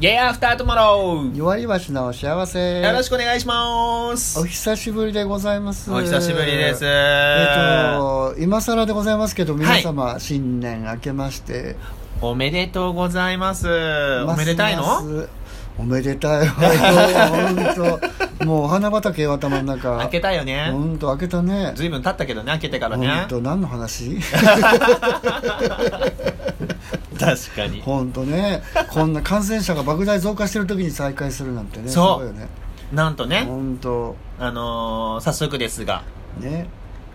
ゲイアフタートゥモロー弱り橋の幸せよろしくお願いしますお久しぶりでございますお久しぶりですえっ、と今更でございますけど皆様、新年明けましておめでとうございますおめでたいのますおめでたいわ本当もうお花畑よ頭の中開けたよね本当開けたねずいぶん経ったけどね開けてからね本当何 の話確かに本当ねこんな感染者が莫大増加してる時に再開するなんてねそうすごいよねなんとね本当あのー早速ですがね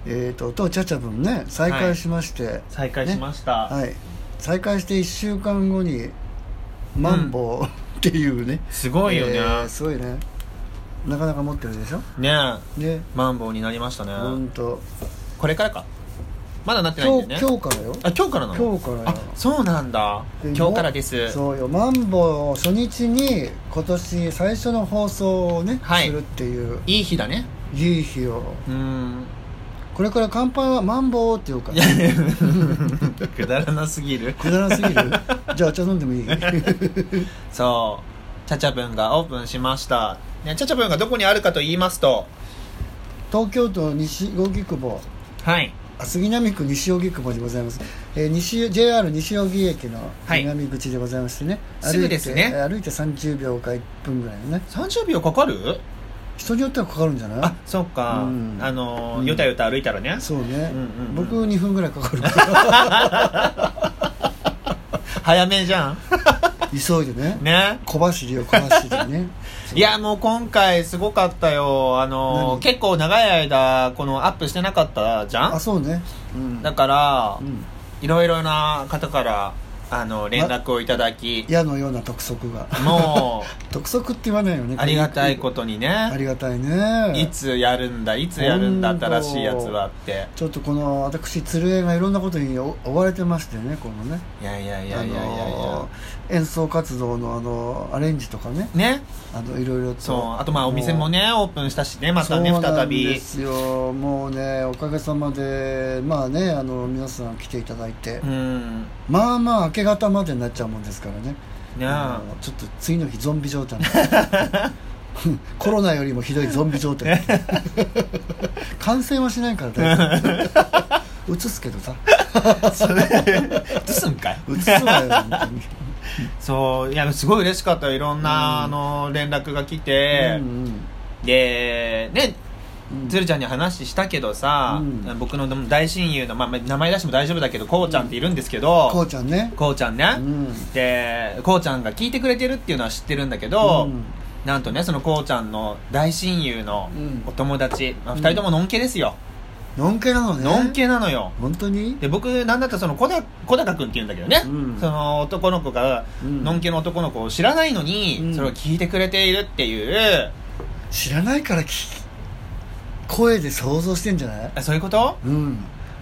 えー、ととちゃちゃぶんね再開しまして、再開しました、はい、再開して1週間後にマンボウっていうね、すごいよね、えーすごいねなかなか持ってるでしょねねえマンボウになりましたね、ほんとこれからかまだなってない今ん日だよね今日からよあ今日からなの今日からよあそうなんだで今日からですそうよマンボウ初日に今年最初の放送をね、はいするっていういい日だねいい日をうんこれから乾杯はマンボウっていうかいや くだらなすぎるくだらなすぎるじゃあお茶飲んでもいい そうチャチャブンがオープンしました、ね、チャチャブンがどこにあるかと言いますと東京都西荻窪はいあ杉並区西荻窪でございます、えー、西 JR 西荻駅のはい南口でございましてね、すぐですね歩いて歩いて30秒か1分ぐらいのね30秒かかる人によってはかかるんじゃないあそっか、うんあのうんよたよた歩いたらねそうね、うんうんうん僕2分ぐらいか かるから早めじ ゃん急いでねね小走りを小走りねいやもう今回すごかったよあの何結構長い間このアップしてなかったじゃあんそうねうんだから、うんいろいろな方からあの連絡をいただき、矢のような督促がも督促って言わないよね うありがたいことにあねりがたいいねつやるんだいつやるんだ本当新しいやつはってちょっとこの私鶴江がいろんなことに追追われてましてねこのねいやいやいあやいやいやいや、のー演奏活動のあのーアレンジとかねねあのいろいろとそうあとまあお店もねオープンしたしねまたねそうな再んでびすよもうねおかげさまでまあねあの皆さん来ていただいて、うんまあまあ明け方までになっちゃうもんですからねねあのちょっと次の日ゾンビ状態になる コロナよりもひどいゾンビ 状態感染はしないから大丈夫移すけどさそれ映すんかい移すわよ本当 にそういやすごい嬉しかったよいろんな、うんあの連絡が来て、うんうんでねうんつるちゃんに話したけどさ、うん僕の大親友の、まあ、まあ名前出しても大丈夫だけどこうちゃんっているんですけど、こうちゃんねこうちゃんね、うんでこうちゃんが聞いてくれてるっていうのは知ってるんだけど、うんなんとねそのこうちゃんの大親友のうんお友達、まあ、うん2人とものんけですよ、のんけなのねのんけなのよ本当にで僕なんだったらその小だ小高君っていうんだけどね、うんその男の子が、うんのんけの男の子を知らないのに、うんそれを聞いてくれているっていう知らないから聞き声で想像してんじゃないあそういうことうん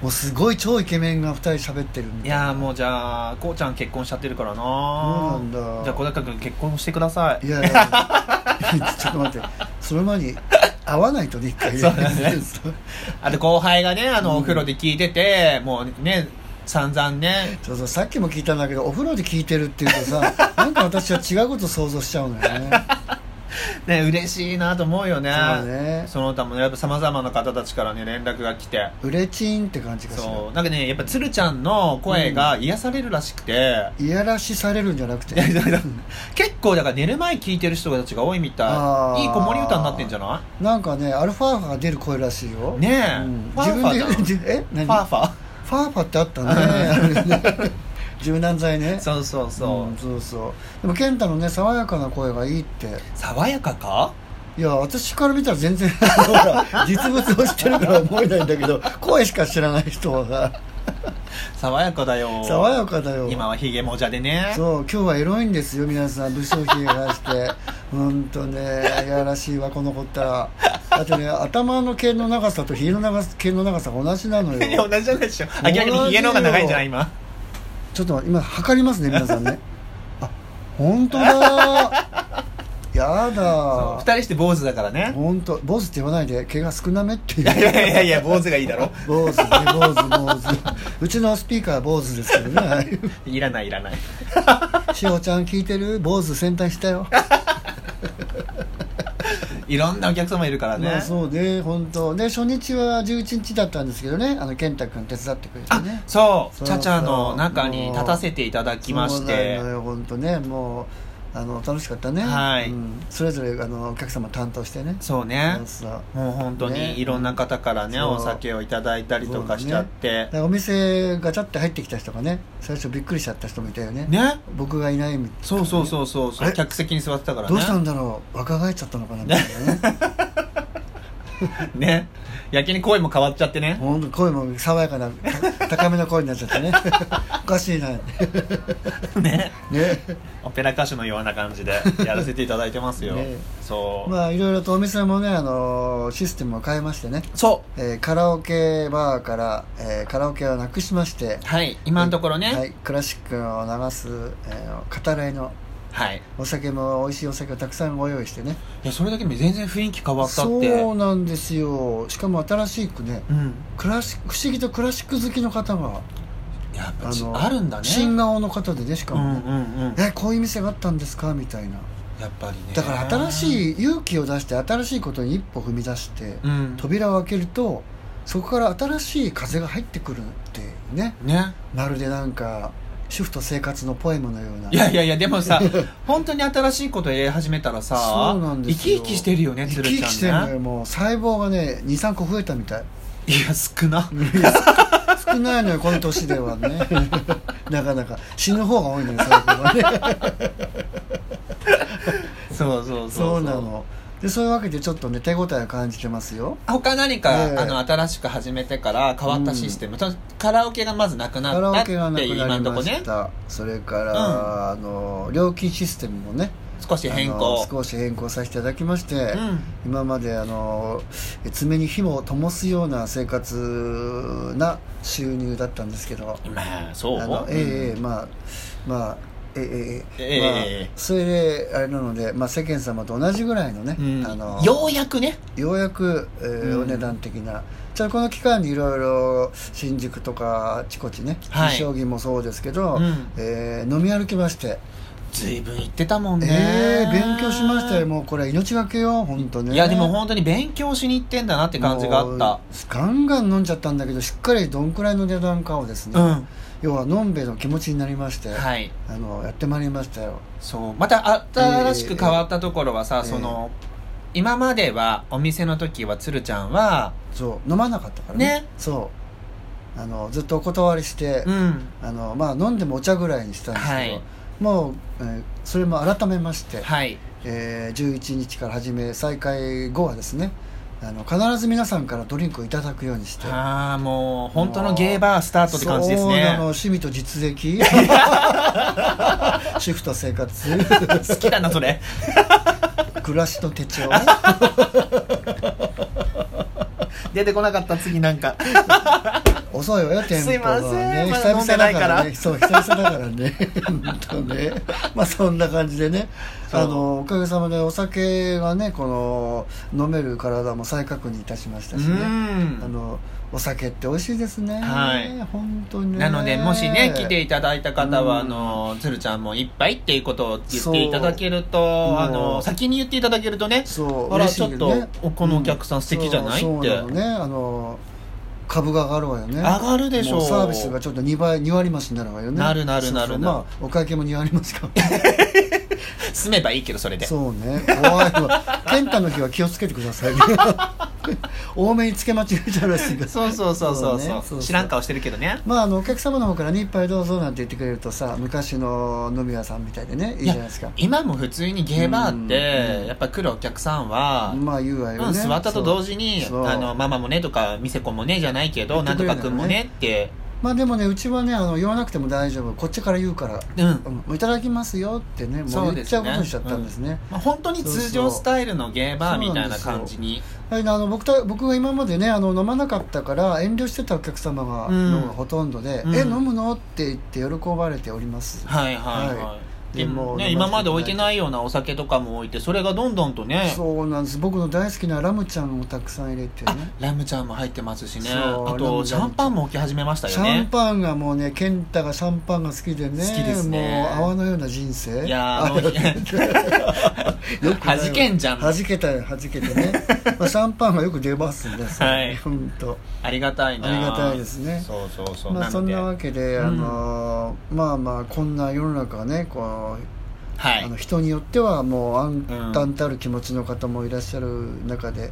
もうすごい超イケメンが2人喋ってるみいたいなやーもうじゃあこうちゃん結婚しちゃってるからなそうなんだじゃあ小高君結婚してくださいいや いやちょっと待ってその前に会わないとね一回そうだねあと後輩がねあのお風呂で聞いてて、もうね散々ねそうそうさっきも聞いたんだけどお風呂で聞いてるっていうとさなんか私は違うこと想像しちゃうのよねね嬉しいなと思うよねそうねその他もねやっぱさまざまな方たちからね連絡が来てうれちんって感じかしそらうなんかねやっぱ鶴ちゃんの声が癒されるらしくて、いやらしされるんじゃなくていやだから結構だから寝る前聞いてる人たちが多いみあたーいいい子守歌になってんじゃななんかねアルファーファが出る声らしいよいねえ、うんファーファーじゃん自分で え何ファーファーファーファってあったね柔軟剤ね そうそうそう、んそうそうでも健太のね爽やかな声がいいって爽やかかいや私から見たら全然ほら実物を知ってるから思えないんだけど声しか知らない人は爽やかだよ爽やかだよ今はヒゲもじゃでねそう今日はエロいんですよ皆さん武将髭がして本当ねいやらしいわこの子ったらだってね頭の毛の長さとひげの長さ毛の長さが同じなのいやよ 同じじゃないでしょあ逆にヒゲの方が長いんじゃない今 ちょっと今測りますね皆さんねあ本当だやそうだ二人して坊主だからね本当坊主って言わないで毛が少なめってい いやいうやいやいや坊主がいいだろ坊主ね坊主坊主うちのスピーカーは坊主ですけどねはい いらないいらないしほちゃん聞いてる坊主先端したよいろんなお客様いるからね、まあそうね本当で初日は11日だったんですけどねあの健太君手伝ってくれてあねそうそうチャチャの中に立たせていただきましそうなてのよ本当ねもうあの楽しかったねはいうんそれぞれあのお客様担当してねそうねそうそうもう本当ねにいろんな方からねそうお酒をいただいたりとかしちゃってだからお店ガチャって入ってきた人がね最初びっくりしちゃった人もいたよねね僕がいないみそうそうそうそうあそうれ客席に座ってたからねどうしたんだろう若返っちゃったのかなみたいなねねやけに声も変わっちゃってね本当声も爽やかなた高めの声になっち ゃってねおかしいなねねオペラ歌手のような感じでやらせていただいてますよ、ねそう、まあいろいろとお店もねあのシステムを変えましてね、そえーカラオケバーから、えーカラオケをなくしましてうはい今のところねははい、い、クラシックを流す、えー語らいのお酒も美味しいお酒をたくさんご用意してねいやそれだけでも全然雰囲気変わったってそうなんですよしかも新しくねうんクラシック不思議とクラシック好きの方がやっぱちあるんだね新顔の方でねしかうんうんも、ねうんえこういう店があったんですかみたいなやっぱりねだから新しい勇気を出して新しいことに一歩踏み出して、うん扉を開けるとそこから新しい風が入ってくるっていうねねまるでなんか主婦と生活のポエムのようないやいやいやでも さ本当に新しいことやり始めたらさそうなんですよ生き生きしてるよね生鶴ちゃんき生ねきしてるのよもう細胞がね23個増えたみたいいや少な 少ないのよこの年ではね なかなか死ぬ方が多いのよ細 胞がねそうそうそうそうなのでそういうわけでちょっとね手応えを感じてますよ他何か、ええあの新しく始めてから変わったシステム、とカラオケがまずなくなカラったオってケいがなう今くなりのとまこねした、それから、あの料金システムもね少し変あの更少し変更させていただきまして、うん今まであのえ爪に火も灯すような生活な収入だったんですけどまあそうあのうんええええまあまあえええええまあええそれであれなので、まあ、世間様と同じぐらいのね、うんあのようやくねようやく、えーうんお値段的なじゃあこの期間にいろいろ新宿とかあちこちね、はい将棋もそうですけど、うんえー飲み歩きまして、随分言ってたもんねえー勉強しましたよもうこれ命がけよ本当ねいやでも本当に勉強しに行ってんだなって感じがあったたガンガン飲んじゃったんだけどしっかりどんくらいの値段かをですね、うん要は飲んべえの気持ちになりまして、はいあのやってまいりましたよそうまたあ新しく変わったところはさ、ええその今まではお店の時はつるちゃんはそう飲まなかったからねねそうあのずっとお断りして、うんあのまあ、飲んでもお茶ぐらいにしたんですけど、はいもう、えーそれも改めまして、はいえー11日から始め再開後はですねあの必ず皆さんからドリンクをいただくようにしてああもう本当のゲーバースタートって感じですそうなのね趣味と実 益 シフト生活好きだなそれ暮らしの手帳 出てこなかった次なんか遅いわよテンポが すねいま久せんまだ飲々んでだないかかららねそう久々だからね 本当ねまあそんな感じでねそうあのおかげさまでお酒がねこの飲める体も再確認いたしましうたしねあんのお酒って美味しいですねはい本当にねなのでもしね来ていただいた方はうあんのつるちゃんも一杯っていうことを言っていただけるうとあものう先に言っていただけるとねそうあら嬉しいよちょっとおこのお客さん素敵じゃないそうってそうなのねあの株が上がるわよね上がるでしょうもサービスがちょっと2倍2割増しになるわよねなるなるなるそうそうまあお会計も2割増しか住めばいいけどそれでそうね怖いわ健太の日は気をつけてく ださいね多めにつけ間違えちゃうらしいからそうそうそうそうそうねそうそうそう知らん顔してるけどねまあ、あのお客様の方からね「一杯どうぞ」なんて言ってくれるとさ昔の飲み屋さんみたいでねいいじゃないですか今も普通にゲーバーっうんてやっぱ来るお客さんは、まあ言うわよね、うん、座ったと同時に「そうそうあのママもね」とか「ミセコもね」じゃないけど「言なっんてとくれるかんくだんもよねね」ってまあでもねうちはねあの言わなくても大丈夫こっちから言うからうんうんもういただきますよってねもそうう言でっすねちゃうことにしちゃったんですねまあ、本当に通常スタイルのゲーバーみたいな感じにはいあの僕と僕が今までねあの飲まなかったから遠慮してたお客様が、うんのがほとんどで「うんえ飲むの?」って言って喜ばれております、はいはいはい、でもうね、飲今ませまで置いていないようなお酒とかも置いてそれがどんどんとねそうなんです僕の大好きなラムちゃんをたくさん入れてねあラムちゃんも入ってますしねそうあラとムシちゃんャンパンも置き始めましたシよャンねパンがもうね健太がシャンパンが好きでね好きですねもう泡のような人生いやーあもうよくないわ弾けんじゃん弾けたよ弾けて ね、まあ、シャンパンがよく出ますんではい本当ありがたいなありがたいですねそうそうそう、まあそんなわけけで、あのーまあまあこんな世の中はねこう、はいあの人によってはもうう暗ん淡たる気持ちの方もいらっしゃる中で、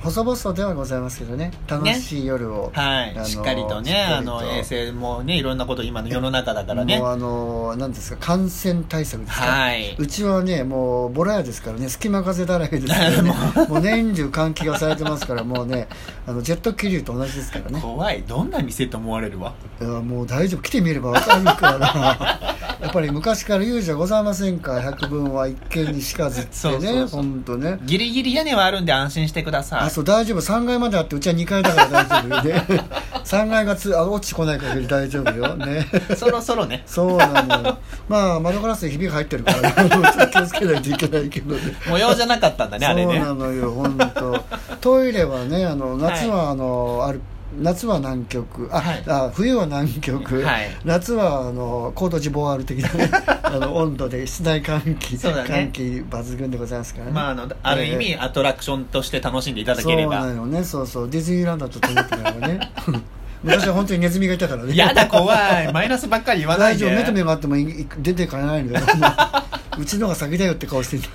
細々ではございますけどね楽しい夜を、はい、あのーしっかりとねしっかりとあの衛生もねいろんなこと今の世の中だからねもうあの何ですか感染対策ですか、はいうちはねもうボラ屋ですからね隙間風だらけで すからねもう年中換気がされてますからもうねあのジェット気流と同じですか らね怖いどんな店と思われるわいやもう大丈夫来てみれば分かるからやっぱり昔から 言うじゃございませんか百聞は一見にしかずってそうそねうそう本当ねギリギリ屋根はあるんで安心してくださあいそう大丈夫3階まであってうちは2階だから大丈夫 よね3階がつあ落ちてこない限り大丈夫よねそろそろねそうな のよまあ窓ガラスにひびが入ってるから気をつけないといけないけどね模様じゃなかったんだねあれ そうねなのよ本当トイレはねあの夏はあの、ある夏は南極あ,、はいあ冬は南極、はい夏はあの高度ジボワール的な ねあの温度で室内換気、そうだね換気抜群でございますからねまあ、あのある意味、ええアトラクションとして楽しんでいただけれそうばなのねそうそうディズニーランドだと思ってたか らね昔は本当にネズミがいたからねやだ怖いマイナスばっかり言わない大丈夫で目と目があってもいい出ていかない のようちのが先だよって顔してた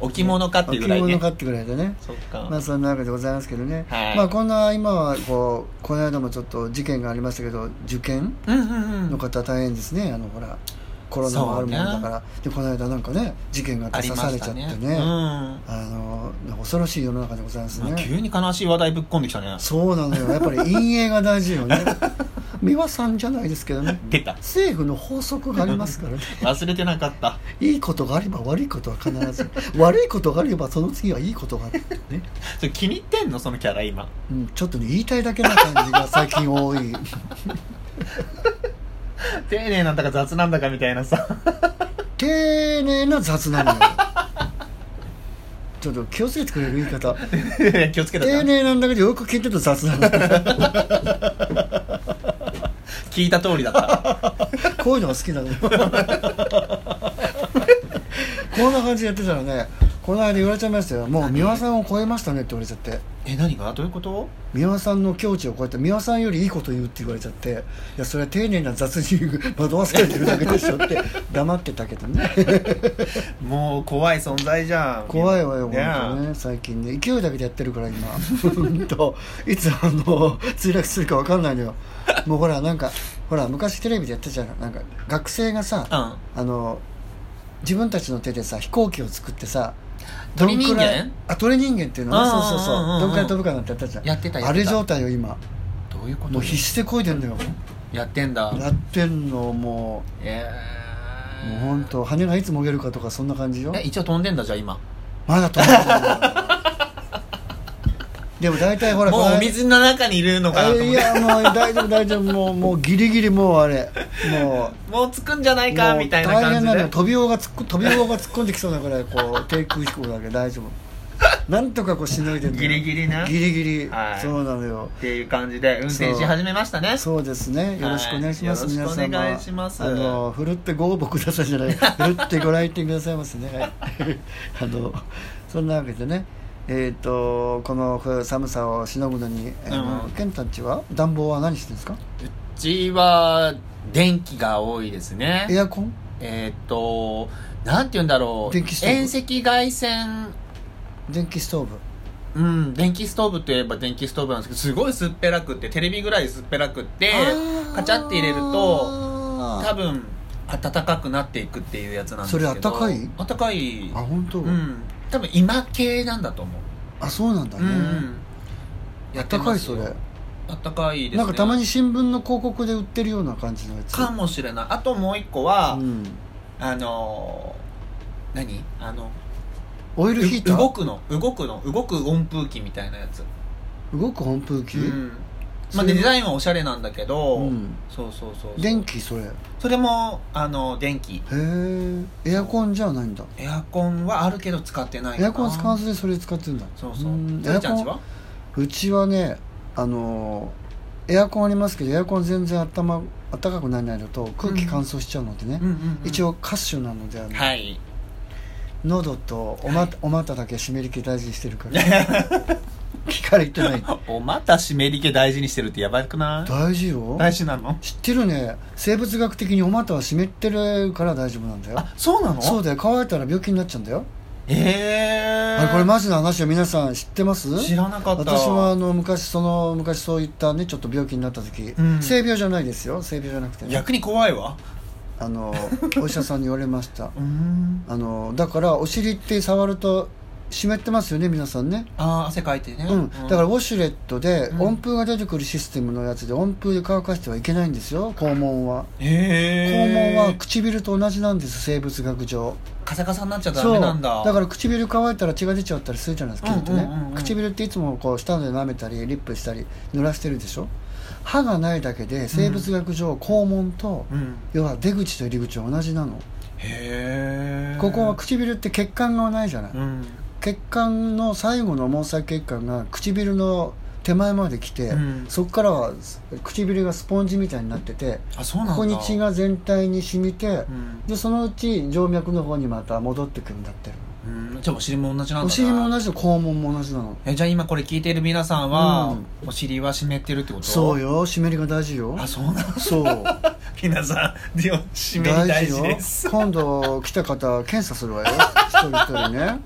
置物かっていうぐらい着ね物買ってぐらいでねそっか、まあそんなわけでございますけどね、はいまあこんな今はこうこの間もちょっと事件がありましたけど受験うんうんうのん方大変ですねあのほらコロナもあるもんだから、でこの間なんかね事件があってあり刺まされしちゃたってねねうんまあのなんか恐ろしい世の中でございますね、あ急に悲しい話題ぶっ込んできたねそうなのよやっぱり陰影が大事 よね美輪さんじゃないですけどね出た政府の法則がありますからね忘れてなかったいいことがあれば悪いことは必ず悪いことがあればその次はいいことがあるねそれ気に入ってんのそのキャラ今うん、ちょっとね言いたいだけな感じが最近多い丁寧なんだか雑なんだかみたいなさ 丁寧な雑なのよちょっと気をつけてくれる言い方気をつけたじゃ丁ん寧なんだけどよく聞いてると雑なの聞いた通りだ ったこういうのが好きなのよこんな感じでやってたらねこの間言われちゃいましたよもう美輪さんを超えましたねって言われちゃってえ何がどういうこと美輪さんの境地を超えて美輪さんよりいいこと言うって言われちゃっていやそれは丁寧な雑に惑わされてるだけでし ょって黙ってたけどねもう怖い存在じゃん怖いわよ、ね本当ね、最近ね、勢いだけでやってるから、今、本当、いつ、あの、墜落するか分かんないのよ、もうほら、なんか、ほら、昔テレビでやったじゃん、なんか、学生がさ、うんあの、自分たちの手でさ、飛行機を作ってさ、鳥人間どんくらいあ、鳥人間っていうのね、うんうんそうんうんうそうそう、どんくらい飛ぶかなんてやったじゃん、やってたやってたあれ状態よ、今、どういうこともう必死でこいでんのよ、やってんだやってんの、もえう、ーもう本当、羽がいつもげるかとか、そんな感じよ。え一応飛んでんだじゃあ今まだ飛んでるでも大体ほらもこうのお水の中にいるのかなと思っえていやもう大丈夫大丈夫もうもうギリギリもうあれもうもう着くんじゃないかもうみたいな大感変じなのよで飛びが突っ込飛びが突っ込んできそうなぐらいこう低空飛行だけど大丈夫なんとかこうしのいでんのギよリギリなギリギリ、はいそうなのよっていう感じで運転し始めましたね そうですねよろしくお願いします、はい皆様よろしくお願いしますあのふるってご応募くださいじゃ ないふるってご来店くださいますねはいあのそんなわけでねえっ、とこの冬寒さをしのぐのに、あのうんケンたちは暖房は何してるんですかうちは電気が多いですねエアコンえーっとなんて言うんだろう電気ストーブ遠赤外線電気ストーブうん、電気ストーブといえば電気ストーブなんですけどすごいすっぺらくってテレビぐらいすっぺらくってカチャって入れると多と分暖かくなっていくっていうやつなんですけどそれ暖かい暖かいあ本当、うん多分今系なんだと思うあそうなんだね、うんうんあやっってたかまいすそよれ、暖かいですねなんかたまに新聞の広告で売ってるような感じのやつかもしれないあともう一個は、うん、あのー何あのオイルヒーター動くの動くの動く温風機みたいなやつ動く温風機、うんまあ、でデザインはおしゃれなんだけど、うんそうそうそうそう電気それへそれもあの電気えエアコンじゃないんだエアコンはあるけど使ってないかエなアコン使わずにそれ使ってんだそうそんうエエアちゃんコちンはうちはねあのーエアコンありますけどエアコン全然あったま暖かくならないのと空気乾燥しちゃうのでね、うんうんうん一応歌手なのであの、はい喉とおま,、はいおまただけ湿り気大事にしてるから聞かれてない おまた湿り気大事にしてるってやばくない大事よ大事なの知ってるね生物学的にお股は湿ってるから大丈夫なんだよあそうなのそうだよ乾いたら病気になっちゃうんだよ、ええあれこれマジな話よ皆さん知ってます知らなかった私はあの昔その昔そういったねちょっと病気になった時、うん性病じゃないですよ性病じゃなくて、ね、逆に怖いわあのお医者さんに言われましたうーんあのだからお尻って触ると湿ってますよね皆さんねあー汗かいてねうん、だからウォシュレットでうん温風が出てくるシステムのやつで温風で乾かしてはいけないんですよ肛門は肛門えは唇と同じなんです生物学上カサカサになっちゃダそうメなんだから唇乾いたら血が出ちゃったりするじゃないですか、きっとねうんうんうんうん唇っていつもこう舌で舐めたりリップしたり濡らしてるでしょ歯がないだけで生物学上、肛門と、うん要は出口と入り口は同じなの、へえここは唇って血管がないじゃない、うん血管の最後の毛細血管が唇の手前まで来て、うんそこからは唇がスポンジみたいになっててあそうなんだここに血が全体に染みて、うんでそのうち静脈の方にまた戻ってくるんだってうんじゃあお尻も同じなんだなお尻も同じで肛門も同じなのえじゃあ今これ聞いてる皆さんは、うお尻は湿ってるってことそうよ湿りが大事よあそうなのそう皆さんでも湿り大事でよす今度来た方検査するわよ一人一人ね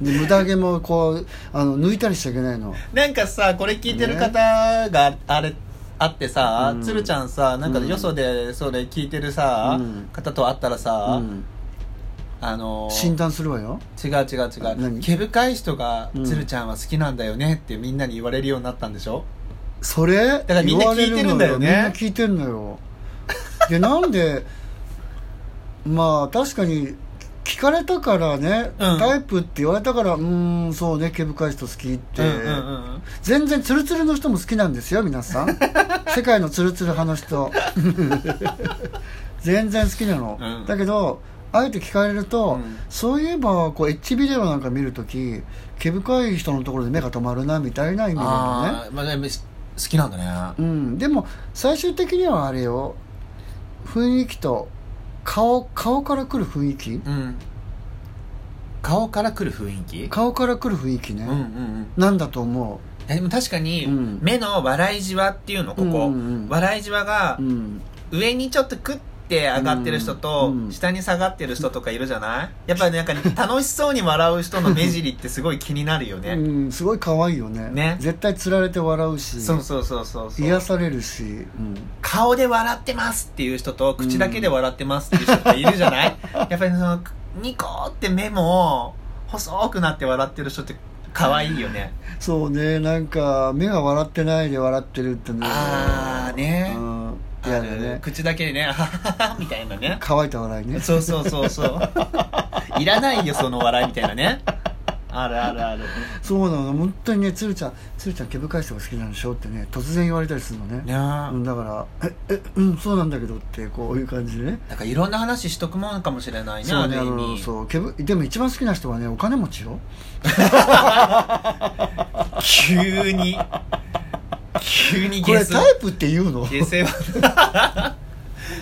で無駄毛もこうあの抜いたりしちゃいけないのなんかさこれ聞いてる方があれあってさ、うんつるちゃんさなんかうんよそでそれ聞いてるさ、うん方と会ったらうさ、んあのー診断するわよ違う違あう違う何毛深い人がうんつるちゃんは好きなんだよねってみんなに言われるようになったんでしょ、それだからみんな聞いてるんだよねみんな聞いてんのよでなんでまあ確かに聞かれたからね、うんタイプって言われたからうーんそうね毛深い人好きって、うんうんうん全然ツルツルの人も好きなんですよ皆さ ん世界のツルツル派の人全然好きなの、うんだけどあえて聞かれるうと、んそういえばこうエッジビデオなんか見るとき毛深い人のところで目が止まるなみたいな意味なのねああまあでも好きなんだねうん、でも最終的にはあれよ雰囲気と顔顔から来る雰囲気うん顔から来る雰囲気顔から来る雰囲気ね、うんうんうんなんだと思いやでも確かにうん目の笑いじわっていうのここ、うんうんうん笑いじわがう、うん、上にちょっとクッて上がってる人と、うん下に下がってる人とかいるじゃないやっぱねなんかね楽しそうに笑う人の目尻ってすごい気になるよね、うん、すごい可愛いよねね絶対つられて笑うしそうそうそうそうそう癒されるし、うん、顔で笑ってますっていう人と口だけで笑ってますっていう人がいるじゃない、 やっぱりそのニコーって目も細くなって笑ってる人って可愛いよねそうねなんか目が笑ってないで笑ってるってねあーねうん、嫌だあのね口だけでねあはははみたいなね乾いた笑いねそうそうそうそう いらないよその笑いみたいなねあるあるあるそうなの本当にね鶴ちゃん鶴ちゃん毛深い人が好きなんでしょってね突然言われたりするのねいやーうんだから「ええうんそうなんだけど」ってこういう感じでねなんかいろんな話しとくもんかもしれないねそうあるね意あの味そうけぶでも一番好きな人はねお金持ちよ急 に急にこゲれスタイプって言うの下世話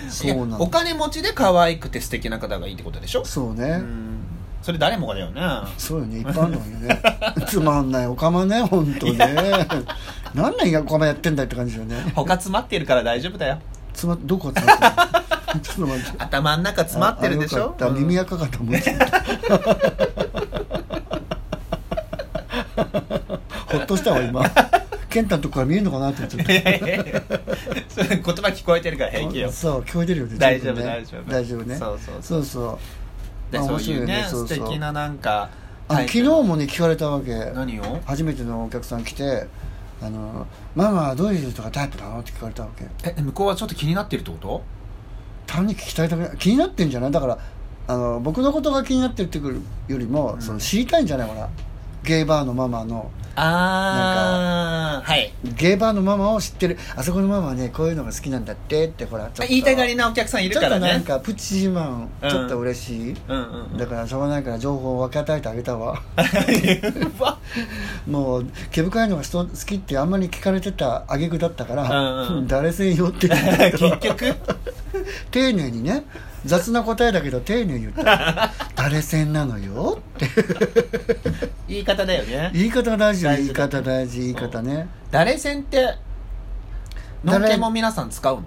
そうなのお金持ちで可愛くて素敵な方がいいってことでしょそううね、んそれ誰もがだよねそうよね一般論よ ねつまんないおかまね本当ね何年おかまやってんだよって感じよね他詰まってるから大丈夫だよつまどこだった のちょっと待って頭ん中詰まってるでしああよょかったうん耳垢かと思っち ゃったほっとしたわ今健太のとこから見えるのかなって思っちゃったいやいやいやそれ言葉聞こえてるから平気よそう聞こえてるよね大丈夫十分ね大丈夫大丈夫ねそうそうそうそうであそ面う白いいうねそう素そう敵ななんかあのタイ昨プ日もね聞かれたわけ何を初めてのお客さん来て「あのママはどういう人がタイプなの?」って聞かれたわけえ向こうはちょっと気になってるってこと単に聞きたいだけ気になってんじゃないだからあの僕のことが気になってるってくるよりも、うんその知りたいんじゃないほらゲイバーのママのああはいゲイバーのママを知ってるあそこのママはねこういうのが好きなんだってってほらちょっと言いたがりなお客さんいるちょかっとらなねんかプチ自慢うんちょっと嬉しい、うんうんうんだからしょうがないから情報を分け与えてあげたわう わもう毛深いのが人好きってあんまり聞かれてた挙句だったから、うんうん 誰せんよって言って 結局丁寧にね雑な答えだけど丁寧に言 った「誰せんなのよ」って言い方だよね言い方が大事よ大言い事だ方大事言い方ね誰線ってのん誰けも皆さん使うの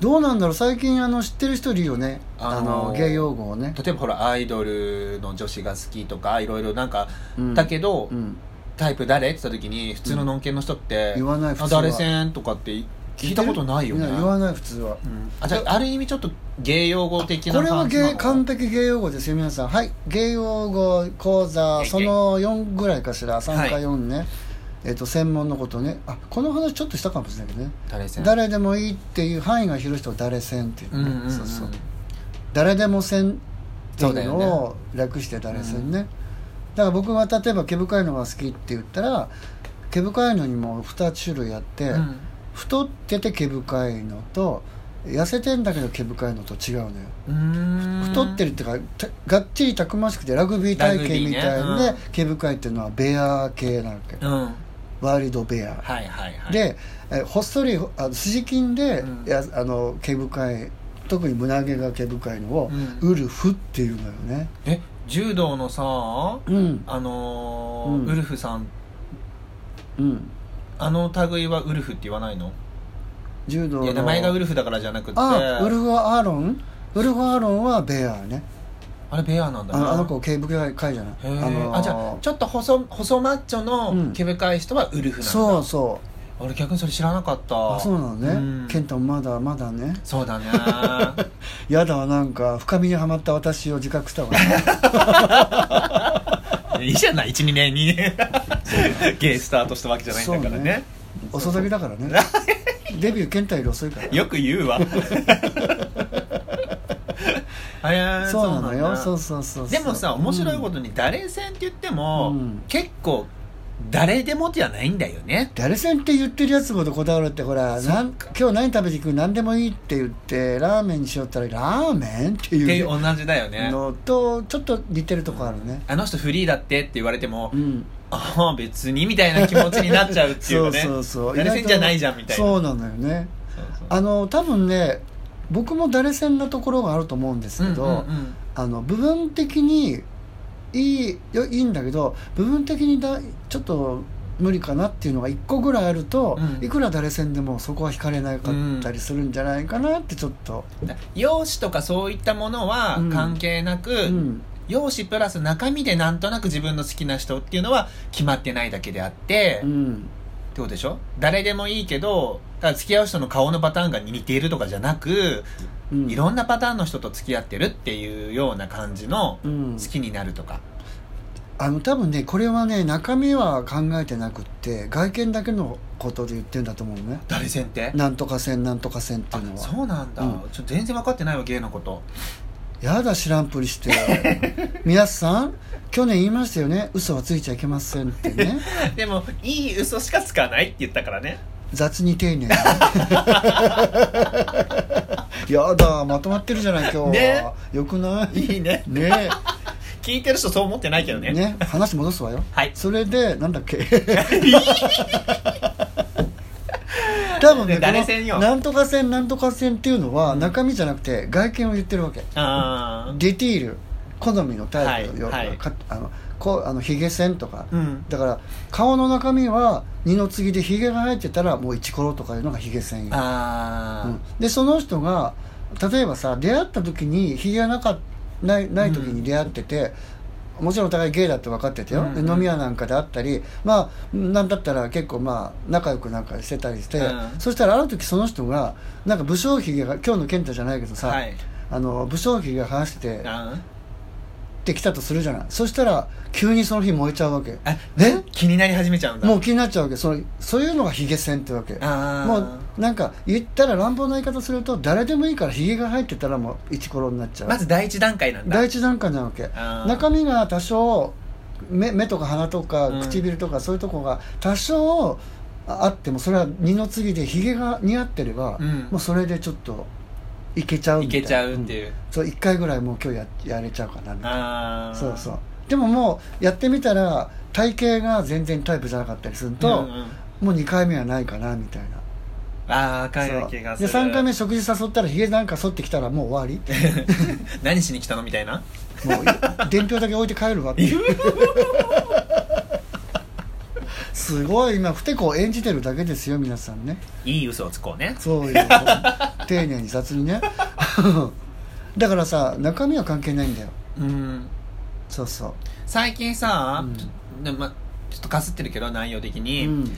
どうなんだろう最近あの知ってる人いるよねあのー芸用語をね例えばほらアイドルの女子が好きとかいろいろなんか、うんだけど、うんタイプ誰って言った時に普通ののんけの人って、言わない普あ通は誰線とかって聞いたことないよね言わない普通はうんあじゃあある意味ちょっと芸用語的なこれは感じな芸の完璧芸用語ですよ皆さんはい芸用語講座その4ぐらいかしら3か4ね、えっと専門のことねあこの話ちょっとしたかもしれないけどね誰線誰でもいいっていう範囲が広い人を誰せんっていうう,、んうん、うん、そうそう誰でもせんっていそうだうよのねを略して誰せんねだから僕が例えば毛深いのが好きって言ったら毛深いのにも2種類あって、うん太ってて毛深いのと痩せてんだけど毛深いのと違うのようーん太ってるっていうかたがっちりたくましくてラグビー体型みたいラグビで、ーね毛深いっていうのはベア系なわけ、うんはいワールドベア、はいはいでえほっそりあの筋筋で、うんやあの毛深い特に胸毛が毛深いのを、うんウルフっていうのよねえ柔道のさうんあのーうんウルフさんうんあの類はウルフって言わないの柔道のいや名前がウルフだからじゃなくてあウルフ・アーロンウルフ・アーロンはベアねあれベアなんだあなのあの子毛深いじゃないへーあのじゃあちょっと細細マッチョうのん毛深い人はウルフなんだ、そうそう俺逆にそれ知らなかったあそうなのね、うんケンタもまだまだねそう だねやだわなんか深みにはまった私を自覚したわ、 ね、いいじゃない12年にゲイスタートしたわけじゃないんだからね遅咲き だからねデビューケンタより遅いからよく言う わあれそうなのよんだそうそうそうそうでもさ面白いことに誰線って言っても、うん結構誰でもじゃないんだよね誰せんって言ってるやつほどこだわるってほらなん今日何食べていく何でもいいって言ってラーメンにしようったらラーメンってっていいうう同じだよねのとちょっと似てるとこあるねあの人フリーだってって言われても、うんああ別にみたいな気持ちになっちゃうっていそううねそうそう誰線じゃないじゃんみたいなそうなのよねあの多分ね僕も誰せんなところがあると思うんですけど、うんうんうんあの部分的にいいよいいんだけど部分的にだちょっと無理かなっていうのが1個ぐらいあると、うんいくら誰せんでもそこは惹かれなかったりするんじゃないかなってちょっと、だ容姿とかそういったものはうん関係なく、うん容姿プラス中身でなんとなく自分の好きな人っていうのは決まってないだけであって、うってんことでしょ誰でもいいけどだから付き合う人の顔のパターンが似ているとかじゃなく、うんいろんなパターンの人と付き合ってるっていうような感じのうん好きになるとか、あの多分ねこれはね中身は考えてなくって外見だけのことで言ってんだと思うのね誰線ってなんとか線なんとか線っていうのあはそうなんだ、うんちょっと全然分かってないわ芸のことやだ知らんぷりして皆さん去年言いましたよね嘘はついちゃいけませんってね でもいい嘘しかつかないって言ったからね雑に丁寧に やだまとまってるじゃない今日は、ねよくないいいねね聞いてる人そう思ってないけどねね話戻すわよはいそれでなんだっけ 多分ね誰こ線よのなんとか線なんとか線っていうのは中身じゃなくて外見を言ってるわけあディティール好みのタイプよ、はいはいかあのこうあのヒゲ線とかあうんだから顔の中身は二の次でヒゲが生えてたらもうイチコロとかいうのがヒゲ線よああ、うんでその人が例えばさ出会った時にひげがなかないない時に出会ってて、もちろんお互いゲイだって分かっててよ、うんで飲み屋なんかであったりまあなんだったら結構まあ仲良くなんかしてたりして、うんそしたらある時その人がなんか武将ひげが今日の健太じゃないけどさ、はいあの武将ひげが生やしてあってきたとするじゃないそしたら急にその日燃えちゃうわけーあね気になり始めちゃうんだもう気になっちゃうわけそのそういうのがヒゲ線ってわけああもうなんか言ったら乱暴な言い方すると誰でもいいからひげが入ってたらもうイチコロになっちゃう、まず第一段階なんだ第一段階なわけあー中身が多少目目とか鼻とかうん唇とかそういうとこが多少ああってもそれは二の次でひげが似合ってれば、うんもうそれでちょっといけちゃういみたいけなちゃうっていう、んそう1回ぐらいもう今日ややれちゃうかなみたいあなあそうそうでももうやってみたら体型が全然タイプじゃなかったりすると、うんうんもう2回目はないかなみたいなああわかるそう気でがする3回目食事誘ったらひげなんか剃ってきたらもう終 わり何しに来たのみたいなもう伝票だけ置いて帰る わっていうすごい今ふてこを演じてるだけですよ皆さんねいい嘘をつこうねそう いう丁寧に雑にね だからさ中身は関係ないんだようんそうそ最近さ、うんちょまちょっとかすってるけど内容的う、に、うん、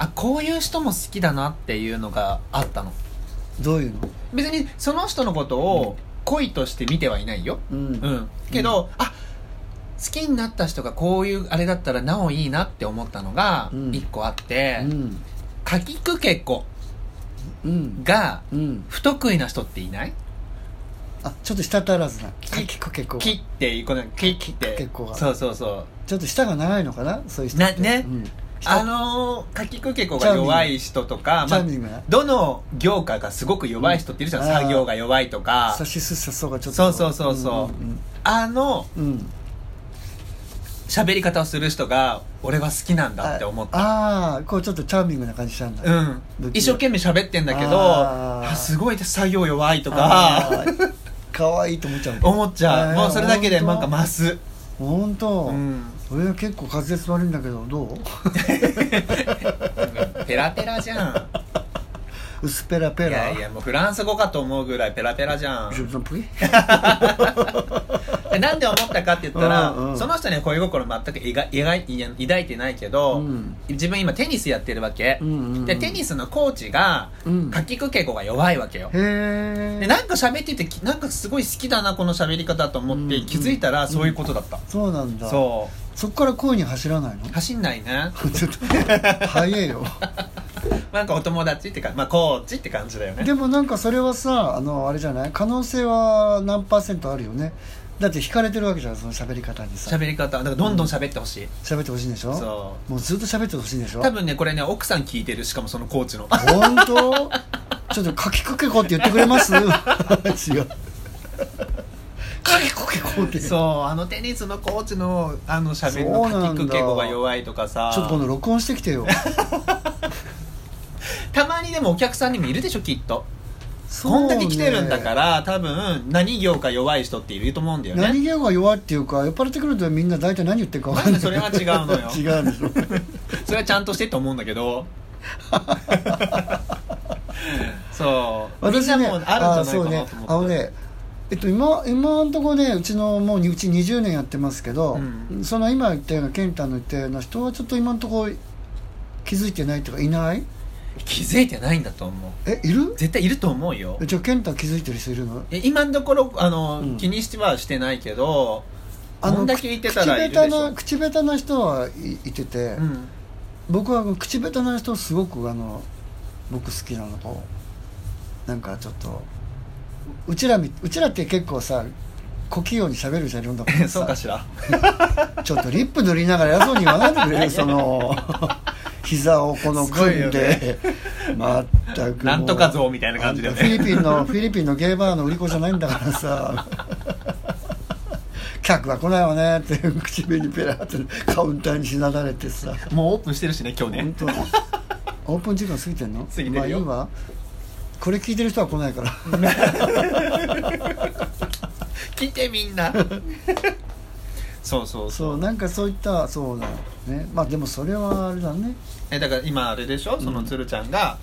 あこういう人も好きだなっていうのがあったのどういうの別にその人のことを恋として見てはいないようん、うんけど、あ好きになった人がこういうあれだったらなおいいなって思ったのがうん一個あって、うんかきくけこうんがうん不得意な人っていないあちょっと舌足らずなき結構結構切ってこの切って結構がそうそうそうちょっと舌が長いのかなそういう人ってなねうん、あのーかきくけこが弱い人とか、チまャーあ、ミングなどの業界がすごく弱い人っているじゃん、うんあー作業が弱いとかさしすさそうがちょっそとうそうそうそううんあのうん、うん喋り方をする人が俺は好きなんだって思ったああーこうちょっとチャーミングな感じしたんだ、うあん不器用一生懸命喋ってんだけどあーあすごい作業弱いとかあーかわいいと思っちゃう思っちゃあうーもうそれだけで本当なんか増す本当、うん俺は結構滑舌悪いんだけどどうペラペラじゃん薄ペラペいラやいやもうフランス語かと思うぐらいペラペラじゃんジュブジュブでなんで思ったかって言ったら、うんうんその人には恋心全く描い抱いてないけど、うん自分今テニスやってるわけ、うんうんうんでテニスのコーチが、うんかきくけこが弱いわけよへえでなんか喋っててきなんかすごい好きだなこの喋り方と思っうてんうん気づいたらそういうことだった、そうなんだそそっから恋に走 らないのう走んないねちょっと早えよなんかお友達ってかまあコーチって感じだよねでもなんかそれはさあのあれじゃない可能性は何パーセントあるよねだって惹かれてるわけじゃんその喋り方にさ喋り方だからどんどん喋ってほしい、喋ってほしいんでしょそもうずっと喋ってほしいんでしうょ多分ねこれね奥さん聞いてるしかもそのコーチの本当ちょっと「かきくけこ」って言ってく れます違う「かきくけこ」ってそうあのテニスのコーチのあの喋りのそうなかんきくだけこが弱いとかさちょっと今度録音してきて よたまにでもお客さんにもいるでしょきっと、こんだけ来てるんだからら多分何業か弱い人っていると思うんだよね何言が弱いっていうか酔っ払ってくるとみんな大体何言ってるか分かんないなんでそれは違うのよ 違うんでしょそれはちゃんとしてと思うんだけ どそうみん私ねなもうあるんじゃないかなあとそうねあ思のってねえっと、今今のところねうちのもううち20年やってますけど、うんその今言ったような健太の言ったような人はちょっと今のところ気づいてないとかいない気づいてないんだと思うえいる絶対いると思うよじゃあ健太気づいてる人いるのえ今のところあの、うん気にしてはしてないけどあこんのだけいてたらいるでしょ口下手な口下手な人はいいてて、うん僕はあの口下手な人すごくあの僕好きなのこうなんかちょっとうちらみうちらって結構さ小器用に喋るじゃんいろんなことさ そうかしらちょっとリップ塗りながら偉そうに言わな いでくれよその膝をこのすごい組んよでねまったくもうなんとか像みたいな感じだよねフィリピンのフィリピンのゲーバーの売り子じゃないんだからさ客は来ないわねって口紅ペラってカウンターにしなだれてさもうオープンしてるしね今日本ね当オープン時間過ぎてんの過ぎてるよまあいいわこれ聞いてる人は来ないから来てみんな そうそうそうそうなんかそういったそうだねまあでもそれはあれだねえだから今あれでしょその鶴ちゃんが、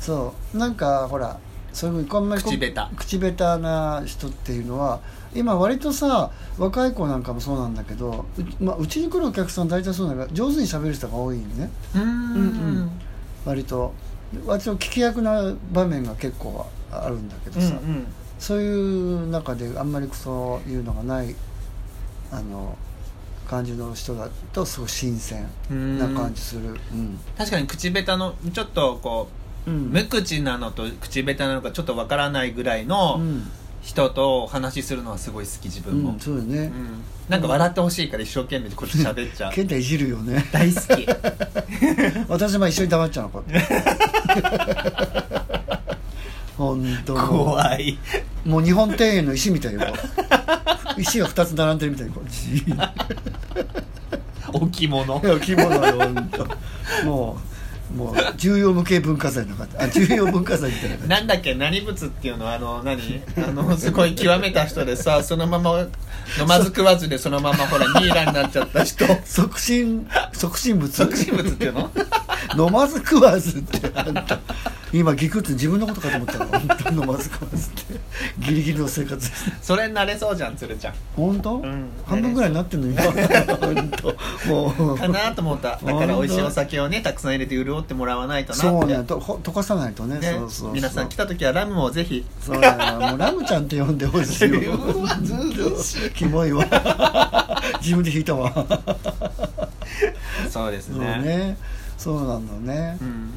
そうなんかほらそういうこんまりこ口下手口下手な人っていうのは今割とさ若い子なんかもそうなんだけどう,、まあ、うちに来るお客さん大体そうなんだけど上手に喋る人が多いんねうーんうんうん割と割と聞き役な場面が結構あるんだけどうんうさ、んそういう中であんまりそういうのがないあの感じの人だとすごい新鮮うんな感じする、うん確かに口下手のちょっとこう、無口なのと口下手なのかちょっとわからないぐらいの、うん人とお話しするのはすごい好き自分も、うんそうようねんなんか笑ってほしいから一生懸命こっち喋っちゃう健太いじるよね大好き私も一緒に黙っちゃうのこうやって本当も 怖いうもう日本庭園の石みたいよこう石が2つ並んでるみたいにこうじー置物いや着物よ本当もうもう重要無形文化財の方あ重要文化財みたいな感じなんだっけ何仏っていうのはあの何あのすごい極めた人でさそのまま飲まず食わずでそのままほらミイラになっちゃった 人促進促進物即身仏っていうの飲まず食わずってあんた今ギクって自分のことかと思ったの本当に飲まず食わずってギリギリの生活ですそれになれそうじゃん鶴ちゃん本当、ん半分ぐらいになってんの今本当もうかなと思っただから美味しいお酒をねたくさん入れて潤ってもらわないとなってそうねとほ溶かさないとねねそうそうそう皆さん来た時はラムをぜひ そうやなもうラムちゃんって呼んでほしい ようわずうしキモいわ自分で引いたわそうですそうねねそうなんだね、うん、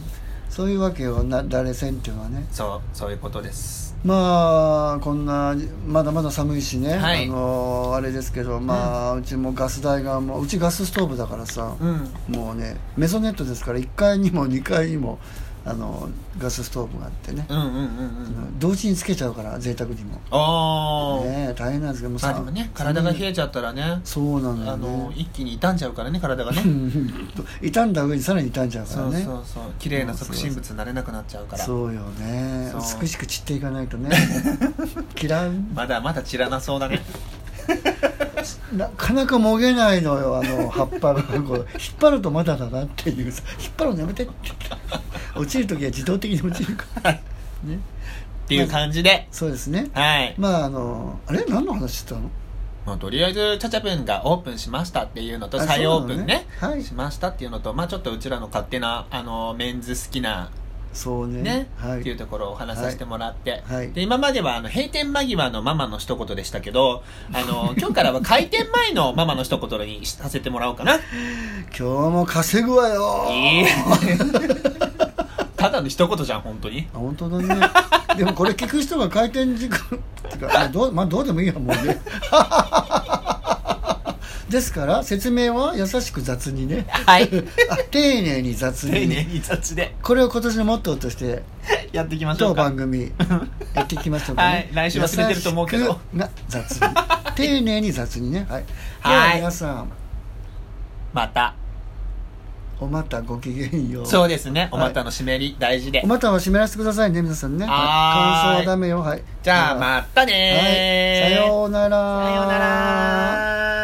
そういうわけよな誰せんっていうのはねそうそういうことですまあこんなまだまだ寒いしね、はいあのあれですけどまあ、うちもガス代がもううちガスストーブだからさ、うんもうねメゾネットですから1階にも2階にもあのガスストーブがあってねう、んうんうんうん同時につけちゃうから贅沢にも、ああ、ねえ大変なんですけどもうまあでもね体が冷えちゃったらねそうなのよ、ね、あの一気に傷んじゃうからね体がねうん 傷んだ上にさらに傷んじゃうかそらうねそうそう綺麗な促進物になれなくなっちゃうからそうよねそう美しく散っていかないとね 嫌うまだまだ散らなそうだねなかなかもげないのよあの葉っぱがこう引っ張るとまだだなっていうさ引っ張るのやめてって言って落ちる時は自動的に落ち るからねっていう感じでそうですねはいまああのあれ何の話してたのまあ、とりあえずチャチャペンがオープンしましたっていうのとあ再オープンねそうなのねはいしましたっていうのと、まあ、ちょっとうちらの勝手なあのメンズ好きな、そうねねはいっていうところをお話しさせてもらって、はいで今まではあの閉店間際のママの一言でしたけどあの今日からは開店前のママの一言にさせてもらおうか な今日も稼ぐわよええただの一言じゃん本当にあ本当だね でもこれ聞く人が開店時間ってかあどうまあどうでもいいやもうね ですから説明は優しく雑 にねはいあ丁寧に雑丁寧にに雑でこれを今年のモットーとしてやっていきましょ当うか番 組やっていきましたからねはい来週忘れてると思うけど優しくな雑に丁寧に雑にねははいいでは皆さんまたおまたごきげんようそうですねお股の湿り大事でおまたは湿らせてくださいね皆さんねはいはーい感想はダメよはいじゃあではまたはいねーさようならさようなら